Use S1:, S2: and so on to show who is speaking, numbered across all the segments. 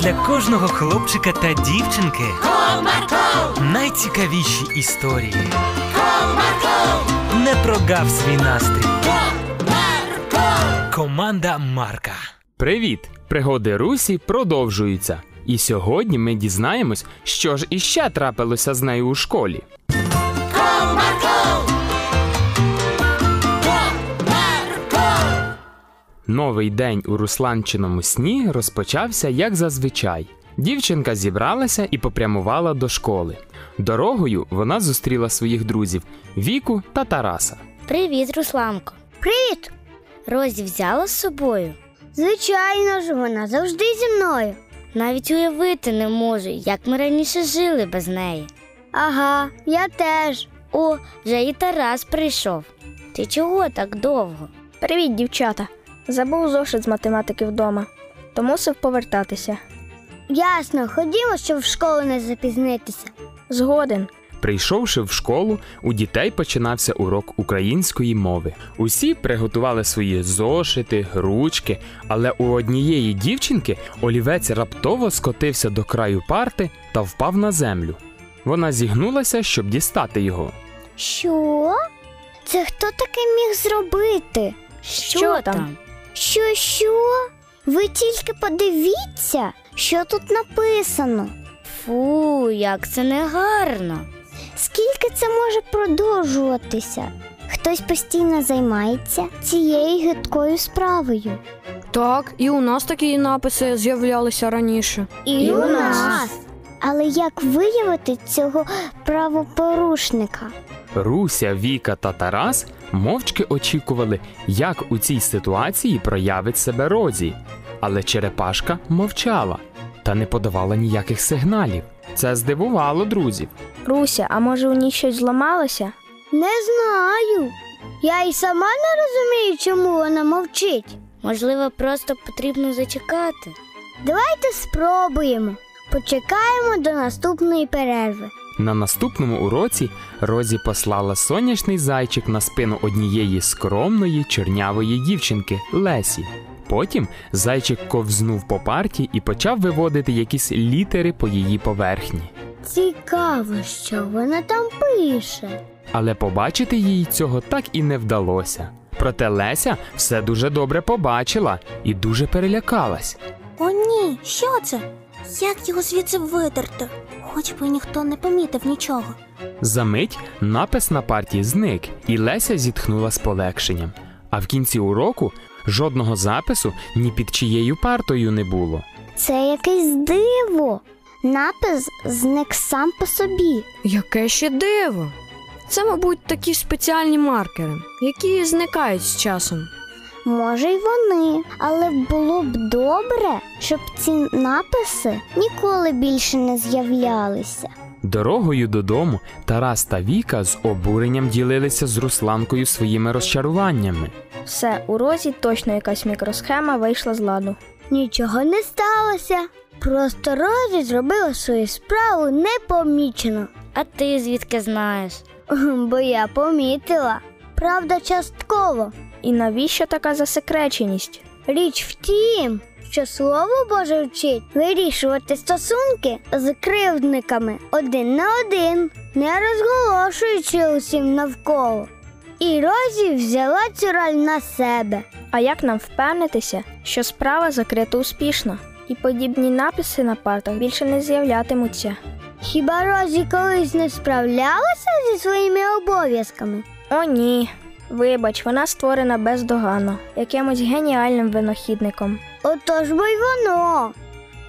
S1: для кожного хлопчика та дівчинки
S2: Comarco,
S1: найцікавіші історії.
S2: comarco,
S1: Не прогав свій настрій.
S2: comarco.
S1: Команда Марка.
S3: Привіт! Пригоди Русі продовжуються. І сьогодні ми дізнаємось, що ж іще трапилося з нею у школі.
S2: Comarco,
S3: Новий день у Русланчиному сні розпочався як зазвичай. Дівчинка зібралася і попрямувала до школи. Дорогою вона зустріла своїх друзів Віку та Тараса.
S4: Привіт, Русланко. Привіт. Розі взяла з собою. Звичайно ж, вона завжди зі мною. Навіть уявити не можу, як ми раніше жили без неї. Ага, я теж. О, вже і Тарас прийшов. Ти чого так довго?
S5: Привіт, дівчата. Забув зошит з математики вдома, то мусив повертатися.
S4: Ясно, ходімо, щоб в школу не запізнитися.
S5: Згоден.
S3: Прийшовши в школу, у дітей починався урок української мови. Усі приготували свої зошити, ручки, але у однієї дівчинки олівець раптово скотився до краю парти та впав на землю. Вона зігнулася, щоб дістати його.
S4: Що? Це хто таке міг зробити?
S5: Що там?
S4: Що, що? Ви тільки подивіться, що тут написано. Фу, як це негарно. Скільки це може продовжуватися? Хтось постійно займається цією гидкою справою.
S6: Так, і у нас такі написи з'являлися раніше. І у нас.
S4: Але як виявити цього правопорушника?
S3: Руся, Віка та Тарас мовчки очікували, як у цій ситуації проявить себе Розі. Але черепашка мовчала та не подавала ніяких сигналів. Це здивувало друзів.
S5: Руся, а може у ній щось зламалося?
S4: Не знаю. Я й сама не розумію, чому вона мовчить. Можливо, просто потрібно зачекати. Давайте спробуємо. Почекаємо до наступної перерви.
S3: На наступному уроці Розі послала сонячний зайчик на спину однієї скромної чорнявої дівчинки Лесі. Потім зайчик ковзнув по парті і почав виводити якісь літери по її поверхні.
S4: Цікаво, що вона там пише.
S3: Але побачити їй цього так і не вдалося. Проте Леся все дуже добре побачила і дуже перелякалась.
S7: О, ні, що це? Як його звідси витерти? Хоч би ніхто не помітив нічого.
S3: Замить напис на парті зник, і Леся зітхнула з полегшенням. А в кінці уроку жодного запису ні під чиєю партою не було.
S4: Це якесь диво. Напис зник сам по собі.
S6: Яке ще диво! Це, мабуть, такі спеціальні маркери, які зникають з часом.
S4: Може, й вони, але було б добре, щоб ці написи ніколи більше не з'являлися.
S3: Дорогою додому Тарас та Віка з обуренням ділилися з Русланкою своїми розчаруваннями.
S5: Все, у розі точно якась мікросхема вийшла з ладу.
S4: Нічого не сталося. Просто Розі зробила свою справу непомічено.
S8: А ти звідки знаєш?
S4: Бо я помітила. Правда, частково.
S5: І навіщо така засекреченість?
S4: Річ в тім, що слово Боже вчить вирішувати стосунки з кривдниками один на один, не розголошуючи усім навколо. І Розі взяла цю роль на себе.
S5: А як нам впевнитися, що справа закрита успішно? І подібні написи на партах більше не з'являтимуться.
S4: Хіба Розі колись не справлялася зі своїми обов'язками?
S5: О, ні. Вибач, вона створена бездоганно, якимось геніальним винахідником.
S4: Отож бо й воно.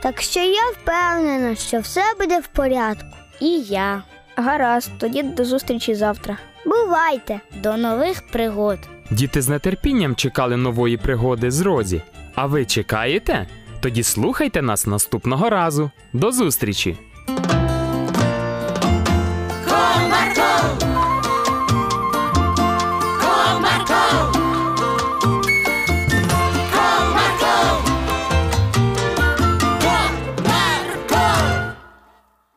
S4: Так що я впевнена, що все буде в порядку.
S8: І я.
S5: Гаразд, тоді до зустрічі завтра.
S4: Бувайте!
S8: До нових пригод.
S3: Діти з нетерпінням чекали нової пригоди з Розі. А ви чекаєте? Тоді слухайте нас наступного разу. До зустрічі!